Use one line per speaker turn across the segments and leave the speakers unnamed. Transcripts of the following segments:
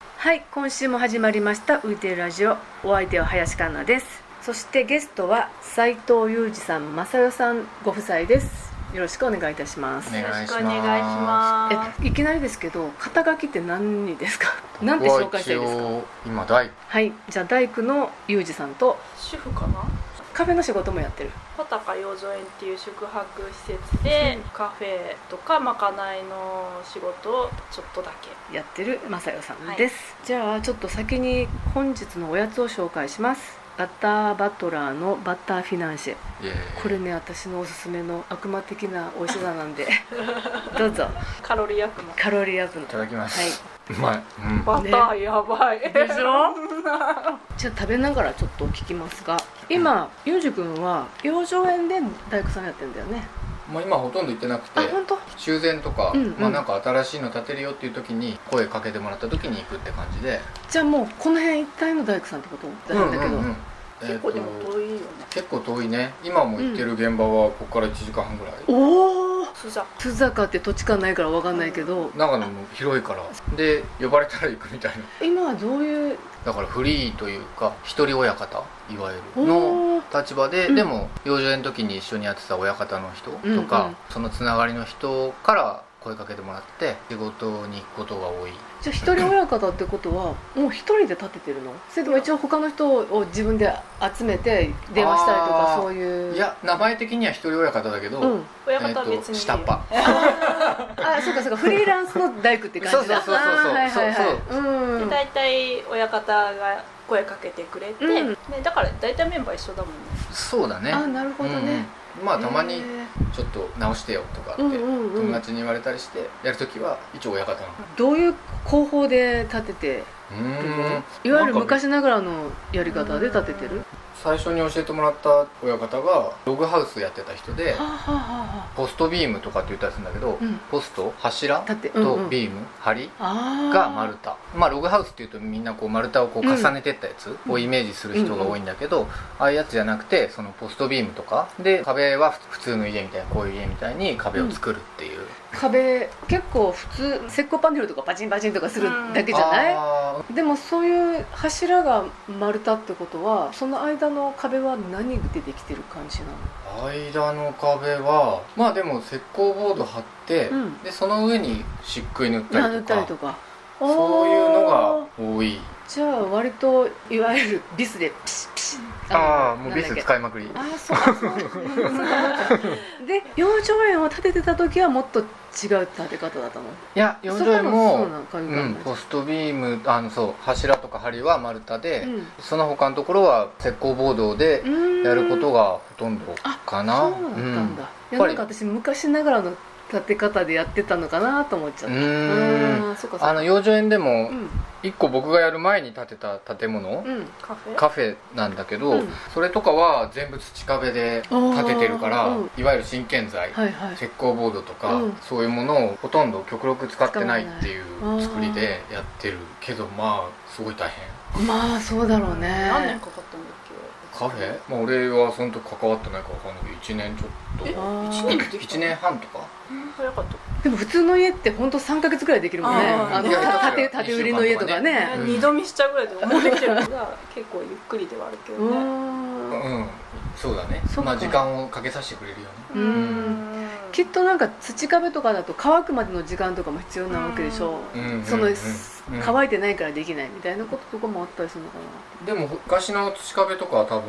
はい今週も始まりました浮いてるラジオお相手は林香奈ですそしてゲストは斉藤裕二さん正代さんご夫妻ですよろしくお願いいたします
ね
よ
お
ろ
願い
し
し
くお
ます
願いします
えいきなりですけど肩書きって何にですかなんて
僕は
紹介したらいいです
一
か
応今大
はいじゃあ大工の裕二さんと
主婦かな
カフェの仕事もやってる
パタカ養生園っていう宿泊施設でカフェとかまかないの仕事をちょっとだけ
やってる正代さんです、じゃあちょっと先に本日のおやつを紹介しますバターバトラーのバターフィナンシェ
イエーイ
これね私のおすすめの悪魔的な美味しさなん でどうぞ
カロリー役も
カロリーアップの
いただきます、
はいう
まい、うん、
バターやばい、
でしょじゃあ食べながらちょっと聞きますが今ユージ君は養生園で大工さんやってんだよね
もう今ほとんど行ってなくて
あ本当
修繕とか、
うんうん
まあなんか新しいの建てるよっていう時に声かけてもらった時に行くって感じで
じゃあもうこの辺一帯の大工さんってことだけど、
うんうんうん
結構でも
えーと
遠いよね
結構遠いね今も行ってる現場はここから1時間半ぐらい、
おお
スザ
須坂って土地勘ないから分かんないけど
長野も広いからで呼ばれたら行くみたいな
今はどういう
だからフリーというか一人親方いわゆるの
おー
立場で、
うん
でも幼女園の時に一緒にやってた親方の人とか、
うんうん
そのつながりの人から声かけてもらって仕事に行くことが多い
じゃあ一人親方ってことはもう一人で立ててるのそれとも一応他の人を自分で集めて電話したりとか
あー
そういう
い
い
や名前的には一人親方だけど、
うん
親
え
方は
ー
別
と
にいい
下
よ
っ端
あそうかそうかフリーランスの大工って感じだ
そうそうそうそう
あーはいはいはい
で
うん
大体親方が声かけてくれて、
うん
ね、だから大体メンバー一緒だもんね
そうだね
あなるほどね、
うんまあたまに
へー
ちょっと直してよとかって、
うんうんうん
友達に言われたりしてやるときは一応親方の
どういう工法で立てて
う
る
ー
のい
ん
わゆる
なんか
昔ながらのやり方で立ててる
最初に教えてもらった親方がログハウスやってた人で
はあはあはあ
ポストビームとかって言ったりするんだけど、
うん
ポスト柱
立てうんう
と
ん
ビーム梁
あー
が丸太まあログハウスっていうとみんなこう丸太をこう重ねてったやつをイメージする人が多いんだけど、ああいうやつじゃなくてそのポストビームとかで壁は普通の家みたいなこういう家みたいに壁を作るっていう、
壁結構普通石膏パネルとかパチンパチンとかするだけじゃない、
あ
でもそういう柱が丸太ってことはその間の壁は何でできてる感じなの
ー間の壁はまあでも石膏ボード貼って、
うん
でその上に漆喰塗った
塗
り
っ
と
たり
か
とか
そういうの
おー
が多い
じゃあ割といわゆるビスでピシッピシッ
ああ
の
もう
なん
ビ
だっ
ス
け
使いまくり
ああそうそうで養生園を建ててた時はもっと違う建て方だったの
いや
そ
四
こ
畳
もそう
も
な感じ
う
なんの
ポストビームあのそう柱とか梁は丸太で、
うん
その他のところは石膏ボードで
うん
やることがほとんどか
そ
な
うだったんだ、
うん
いやなんか私昔ながらの建て方でやってたのかなと思っちゃ
う
っ
ん
た
う
う
ーん
あそうかそうか
あの養生園でも
うん
一個僕がやる前に建てた建物、
うん
カフェ
カフェなんだけど、
うん
それとかは全部土壁で建ててるから、
あーうん
いわゆる新建材、
はいはい
石膏ボードとか、
うん
そういうものをほとんど極力使ってないってい
使わな
う
い
作りでやってるけどまあすごい大変
まあそうだろうね
何年かかったんだっけ
カフェ、まあ、俺はその時関わってないか分かんないけど1年ちょっと
あー
一年でできた
1年半とか
うん早かった
でも普通の家って本当3か月ぐらいできるもんね
あー
あの
いや
た建て建て売りの家とかね
うん
二、度見しちゃうぐらいで思い出きてるが 結構ゆっくりではあるけど
う
ね
うんんそうだね
そっか
まあ時間をかけさせてくれるよね
うんきっとなんか土壁とかだと乾くまでの時間とかも必要なわけでしょ
うんうんうん
その、
うん
乾いてないからできないみたいなこととかもあったりするのか
でも昔の土壁とかは多分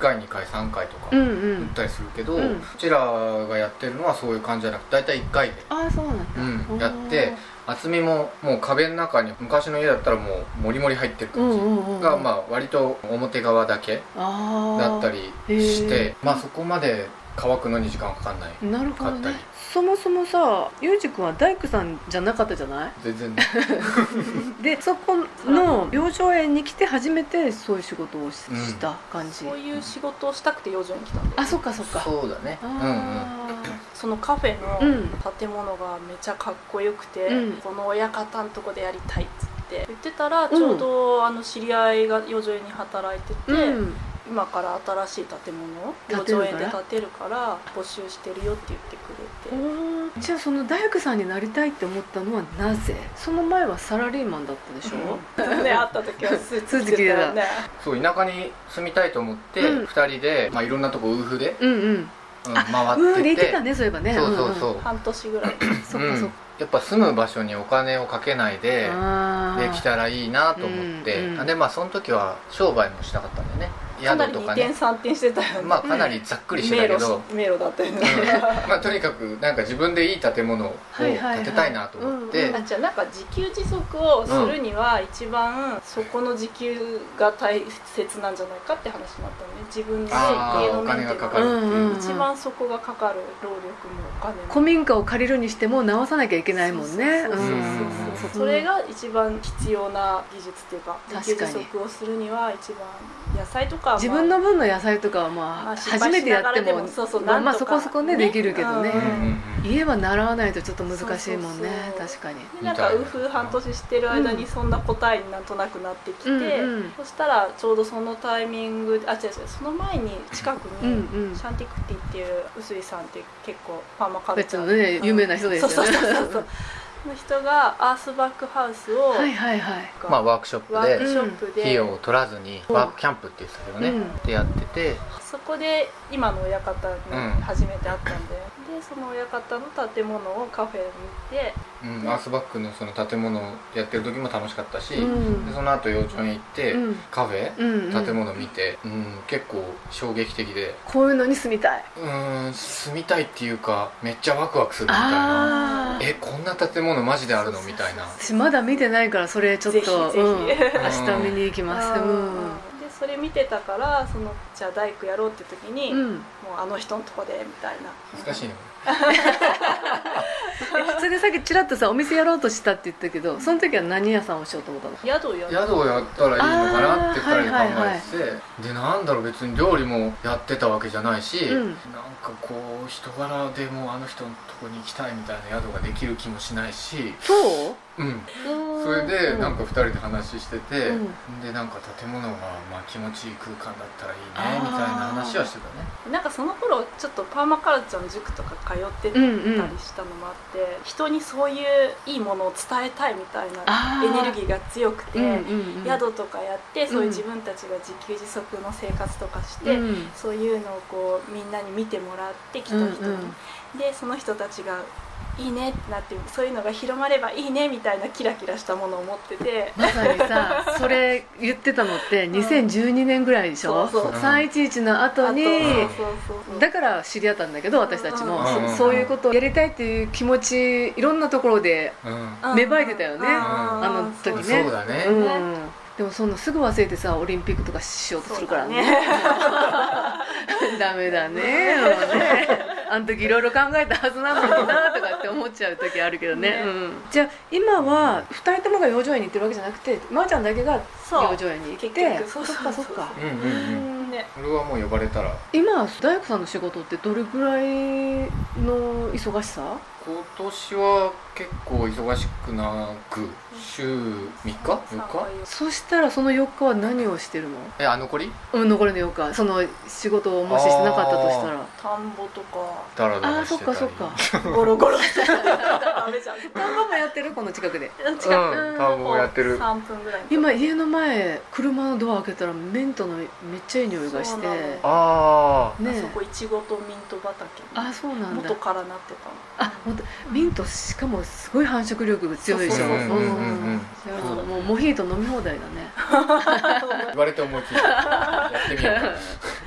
1回2回3回とか
なう
打っ
んうん
たりするけ
う
ど、うんちらがやってるのはそういう感じじゃなくて大体1回で、
ああそうなんだ
うん、やって厚みももう壁の中に昔の家だったらもうモリモリ入ってる
うん
感じ、
うんうん
がまあ割と表側だけ
あ
だった
り
り
あー
し
へ
て
ー
まあそこまで乾くのに時間かかんない
なるほど
買った
ね
り
そもそもさゆうじくんは大工さんじゃなかったじゃない
全然
でそこの養生園に来て初めてそういう仕事をし
うん
した感じ、
そういう仕事をしたくて養生に来たんだよ
あ そっかそっか
そうだねうん
あ
そのカフェ
う
の
ん
建物がめちゃかっこよくて、
うん
この親方のとこでやりたいっつって言ってたらちょうどあの知り合いが養生に働いてて、
ーうん
今から新しい建物を
建てる
上
から
園で建てるから募集してるよって言ってくれて
おーじゃあその大工さんになりたいって思ったのはなぜその前はサラリーマンだったでしょ、
ね会った時はスーツ着てたよね
そう田舎に住みたいと思って、
うん
2人で、まあ、いろんなとこウーフで、
うんうん
うん、
うん
回
で
っ
言
て
って
て
たねそういえばね
そうそうそう、
半年ぐらい
んうん、
うん
そっか
やっぱ住む場所にお金をかけない
そっ
で
か
できたらいいなと思って、
うんうん
でまあその時は商売もしたかったんだよね
かな
宿
り
と
二
か
転
ね
三転してたよね、
まあかなりざっくりしてた
迷
け
路
ど、
し迷路だったよね、
うんまあ、とにかくなんか自分でいい建物を
はいはいはい
建てたいなと思っ
うん
て
うん
あじゃあなんか自給自足をするには一番そこの自給が大切なんじゃないかって話になったのね自分で
あ
家
あ
の
お
メン
金
テナ
が
ンス
かかるっていう、
うんうん
一番そこがかかる労力もお金も
古民家を借りるにしても直さなきゃいけないもんね
そうそうそうそうそうそれが一番必要な技術っていうか
確かに
自給自足をするには一番野菜とかは、
自分の分の野菜とかはま
ま
あ
あ失
初め
敗
て
し
や
なが
って
らでも
も
そうそう
まあまあ
なんと
そ
か
こそこね
ね
できるけどね
うん
家は習わないとちょっと難しいもんね
そうそうそう
確かに
でなんかウフ半年してる間にそんな答えになんとなくなってきて、
うんうん
そしたらちょうどそのタイミングであ違う違うその前に近く
う
に、
んうん
シャンティクティっていう臼井さんって結構パーマカル
別
チャー
のね有名な人ですよね
そうそうそうそうの人がアースバックハウスを、
はいはいはい
まあ、ワークショ
ワー
ップ
ク
で
ショップで、
費用を取らずにワークキャンプって言ってたけどね、
うん
でやってて
そこで今の親方に
うん
初めて会ったんで、でその親方の建物をカフェに行って
うん、アースバックのその建物をやってる時も楽しかったし、
うん
でその後幼稚園行って、
うん
カフェ、
うんうん
建物見て、うん、結構衝撃的で
こういうのに住みたい
うん住みたいっていうかめっちゃワクワクするみたいな
ああ
えこんな建物マジであるのみたいな
私まだ見てないからそれちょっと
ぜひぜひ
うん明日見に行きますうん
うんでそれ見てたからそのじゃあ大工やろうって時に、
う
もうんあの人のとこでみたいな
恥ずかしいね
えそれでさっきちらっとさお店やろうとしたって言ったけどその時は何屋さんをしようと思ったの
宿をやる
宿をやったらいいのかなって
あー
二人で考えてて、でなんだろう別に料理もやってたわけじゃないし、
うん
なんかこう人柄でもうあの人のとこに行きたいみたいな宿ができる気もしないし、
そう
うん、そ
そ
れでなんか2人で話してて、
うん
でなんか建物がまあ気持ちいい空間だったらいいねみたいな話はしてたね
なんかその頃ちょっとパーマカルチャーの塾とか通ってた
う
り
んうん
したのもあって、人にそういういいものを伝えたいみたい
あ
な
ー
エネルギーが強くて、
うんうん
宿とかやってそういううん自分たちが自給自足の生活とかして、
うん
そういうのをこうみんなに見てもらって来た人に、
うんうん
でその人たちが「いいね」ってなってそういうのが広まればいいねみたいなキラキラしたものを持ってて。
まさにさそれ言ってたのって2012年ぐらいでしょ、
そうそう
311の後に
あとそうそうそう
だから知り合ったんだけど私たちも、
うんうん
そそういうことをやりたいっていう気持ちいろんなところで、
う
うん
芽生えてたよねあの時ね
ん、そうだね、
うんでもそんなすぐ忘れてさオリンピックとかしようとするからねダメだ ねもうねあの時いろいろ考えたはずなのになとかって思っちゃう時あるけどね
ね
うん、じゃあ今は2人ともが養生園に行ってるわけじゃなくてまー、ちゃんだけが
そう
養生園に行っ
結
て
局そうそう
っ
そう
かそっか
うんうんうん
ね
俺はもう呼ばれたら
今大工さんの仕事ってどれぐらいの忙しさ
今年は結構忙しくなく週3日4日
そしたらその4日は何をしてるの
えあ残り
うん残りの4日その仕事をもししてなかったとしたら
田んぼとか
だらだ
ああー
ら
そっ
し
て
た
か
り
そっ か
ゴロゴロしてたダメじゃん
田んぼもやってるこの近くで
近く
うん田んぼをやってる
3分ぐらいの
今家の前車のドア開けたらミントのめっちゃいい匂いがし
そう
て
なの
ね
ああ
あそこいちごとミント畑
あそうなんだ
元からなってたの
あほんとミントしかもすごい繁殖力が強いでしょ
そううそうそ
ん
う
うんうんうん
じゃあもうモヒート飲み放題だね
言われて思いついたやってみようかな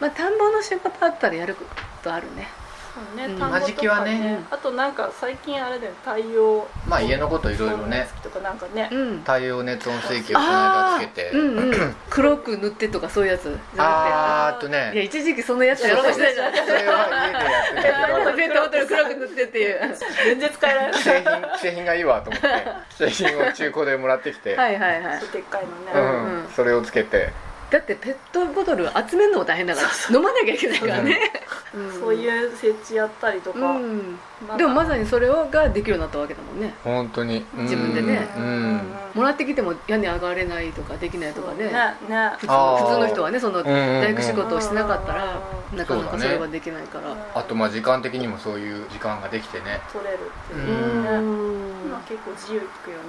まあ田んぼの仕事あったらやることあるね
そうね
うん
田んぼ
間
と
引きは
か
ね
あとなんか最近あれだよね太陽
まあ家のこといろいろね
とかなんかね
うん
太陽熱温水器をこの
あ
間つけて
ーうんうん、黒く塗ってとかそういうやつじゃ
あーっと
なくていや
ね
一時期そのやつやろうとしてたじゃん
それは家でやってたけど
ペットボトル黒く塗ってっていう
全然使 えられない
既製品既製品がいいわと思って既製品を中古でもらってきて
はいはいはい
でっかいの
う
ね
うんうん
んそれをつけて
だってペットボトル集めるのも大変だから飲まなきゃいけないからね、ん
そういう設置やったりと
う
か、
ん
なんか
でもまさにそれをができるようになったわけだもんね
本当にうん
自分でね
う
うん
ん
もらってきても屋根上がれないとかできないとか
ね
ね
ね
普通
あ
の
ー
普通の人はねその
うんうんうん
大工仕事をしてなかったら
う
なかな
そ
か
うだね
それはできないから
あとまあ時間的にもそういう時間ができてね
取れるっていうう
ー
ん
ね、
ん
今結構自由聞くよね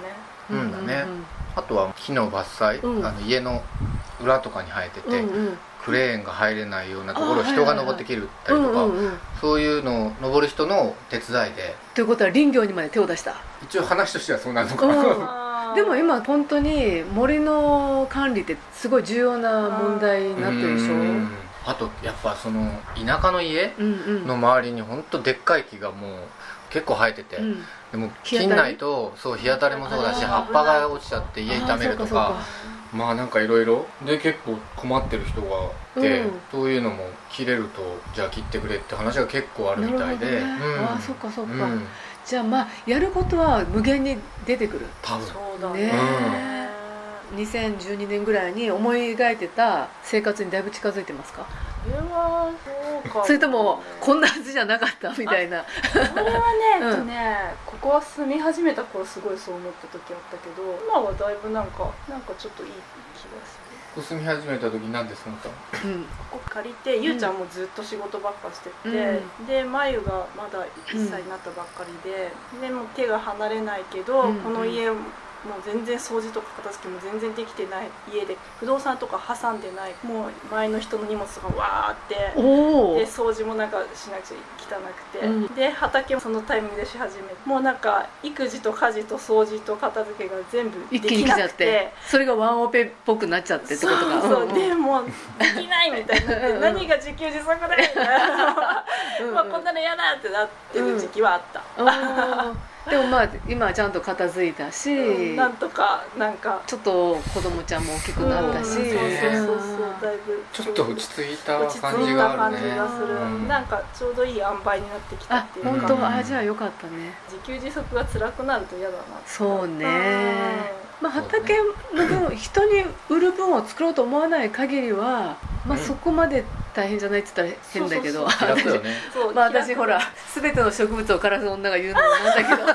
うんだねあとは木の伐採、
うん
あの家の裏とかに生えて
うんう
て、
んうん
クレーンが入れないようなとこ
あーは
ろを
いはい
人が登ってきるたりとか、
うんうんうん
そういうのを登る人の手伝いで
ということは林業にまで手を出した
一応話としてはそうなのかな、
うんでも今本当に森の管理ってすごい重要な問題になってるでしょう
うんんあとやっぱその田舎の家
うん
の周りに本当でっかい木がもう結構生えてて、
うん
でも
日当た
切
り
んないとそう日当たりもそうだし
あー
葉っぱが落ちちゃって家傷めると
あー
か
そうか
まあなんかいろいろで結構困ってる人がいて、
うん
そういうのも切れるとじゃあ切ってくれって話が結構あるみたい
な
で、
るほどねあーそっかそっか
うん
じゃあまあやることは無限に出てくる
多分
そうだね
ね2012年ぐらいに思い描いてた生活にだいぶ近づいてますか
それはそうか
それともこんなはずじゃなかったみたいな
それはね,、
うん
えっとねここは住み始めた頃すごいそう思った時あったけど今はだいぶなんかなんかちょっといい気がする
ここ住み始めた時なんでそのた
うん
ここ借りてゆうちゃんもずっと仕事ばっかしてて、
う
でまゆがまだ1歳になったばっかりで、でもう手が離れないけど、
うん
この家もう全然掃除とか片付けも全然できてない家で不動産とか挟んでないもう前の人の荷物とかわーって。
おお
で掃除もなんかしなくちゃ汚くて、
うん
で畑もそのタイミングでし始めてもうなんか育児と家事と掃除と片付けが全部で
一気に
き
来ち
な
ゃっ
くて
てそれがワンオペっぽくなっちゃってってことか
そうそう、
んん
でもできないみたいになって
うん
何が自給自足だみたいな
うんうん
まあこんなの嫌だってなってる時期はあった、
あーでもまあ今はちゃんと片付いたし、
うんなんとかなんか
ちょっと子供ちゃんも大きくなったし、
うんそうそうそうそう
うん
だいぶ
ちょっと落ち着いた
落ち着いた
感じがあ
感
る
じ
ね
がする、
うん
なんかちょうどいい塩梅になってきた
あ
っていうか
本
うん
当、あじゃあよかったね
自給自足が辛くなると嫌だなって
そうね、
う
まあ、畑の分人に売る分を作ろうと思わない限りは、まあ、
うん
そこまで大変じゃないって言ったら変だけど
そう
楽よね
んそ う
まあ
気楽
私ほら全ての植物を枯らす女が言うのもなんだけ ど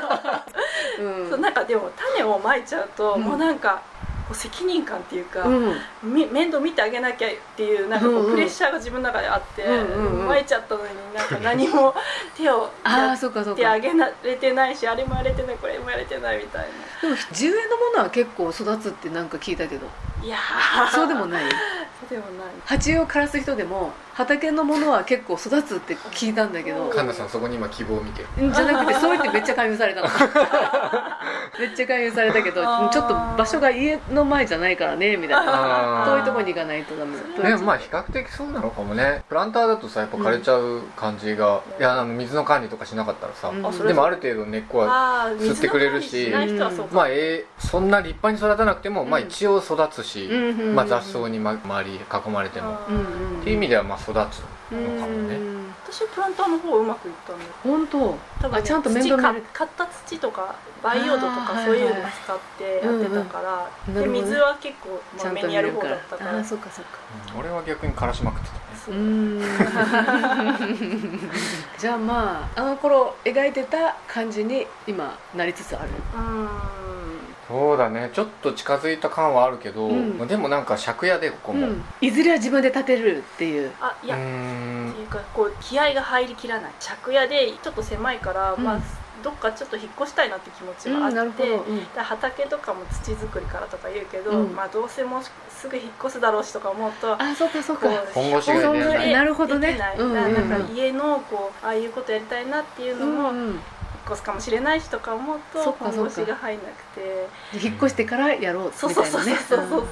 そうなんかでも種をまいちゃうと、
うん
もうなんかこう責任感っていうか、
うん、うん
み面倒見てあげなきゃっていうなんかこ
うんう
うんプレッシャーが自分の中であって、
うんうんうん
巻いちゃったのになんか何 も手を
あ
や
あそうかそう
ってあ
か
げられてないしあれもやれてないこれもやれてないみたい
でも地植えのものは結構育つってなんか聞いたけど
ないやー
そうでもない
そうでもない
鉢植えを枯らす人でも畑のものは結構育つって聞いたんだけど
神田さんそこに今希望を見てる
じゃなくてそう言ってめっちゃ勧誘され たのめっちゃ勧誘されたけど
あー
ちょっと場所が家の前じゃないからねみたいな
あー
遠いとこに行かないとダメ
それは
でもまあ比較的そうなのかもねプランターだとさやっぱ枯れちゃう感じが、
うん
いやあの水の管理とかしなかったらさ、
うん
あそれ
でもある程度根っこは
あー
吸ってくれるし
水の管理しない人はそうか、
まあえーそんな立派に育たなくても、
うん
まあ一応育つし、
うんうんうん
まあ、雑草に、ま、周り囲まれても、っ
あー
うんうん
ていう意味ではまあ育つのかもね、
うん
私プランターの方うまくいったんだよ
本当
多分、ね、
あちゃんと面倒見られ
土か買った土とか培養土と
あ
か
ー
そういうの
はいはい
使ってやってたから、
うんうんなるほどね
で水は結構
ち
ま
ゃ
あ
ん
目
と
に
見
や
れ
る
る
方
か
だ
ら
ったから
ああーそっかそっか
うん俺は逆に枯らしまくってたね
う ーんじゃあまああの頃描いてた感じに今なりつつある
うーん
そうだねちょっと近づいた感はあるけど、
うん
まあでもなんか借家でここも、う
うんいずれは自分で建てるっていう
あい
ー
や、
ん
っていうかこう気合が入りきらない借家でちょっと狭いから、
うん
まあどっかちょっと引っ越したいなって気持ち
う
はあ
んな
っ
る
て、
ほど、うん
で畑とかも土作りからとか言うけど、
うん
まあどうせもうすぐ引っ越すだろうしとか思うと
あそうかそう
こ
か
う
本腰が入れない
なるほどね
できない、
うんうん
だ
うん
からなんか家のこうああいうことやりたいなっていうのも、引っ
んん
越すかもしれないしとか思う
そ
と
っか
本
そっか
腰が入んなくて
引っ越してからやろう
そう
み
そう
たい
そ
な
うそう
ね
そうそうそう、うん
うん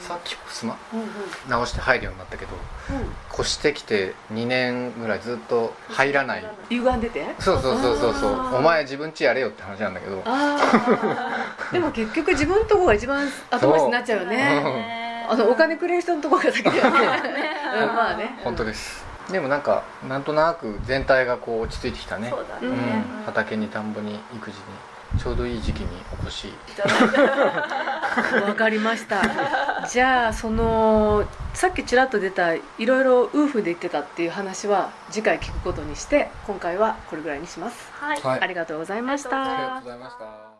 さっきふすま
うんうん
直して入るようになったけど
うん
越してきて2年ぐらいずっと入らない
歪んでて
そうそうそうそうそう
あー
お前自分家やれよって話なんだけど
あ あでも結局自分のとこが一番後回しになっちゃうよね
ね
あのお金くれる人のとこが先だよねう んまあね
本当ですでもなんかなんとなく全体がこう落ち着いてきたね
そうだね、
うん
うん
畑に田んぼに育児にちょうどいい時期にお越し
いただいた
わかりましたじゃあそのさっきちらっと出たいろいろ夫婦で言ってたっていう話は次回聞くことにして今回はこれぐらいにします、
はい
はい
ありがとうございまし
ありがとうございま
た
ありがと
した
うございました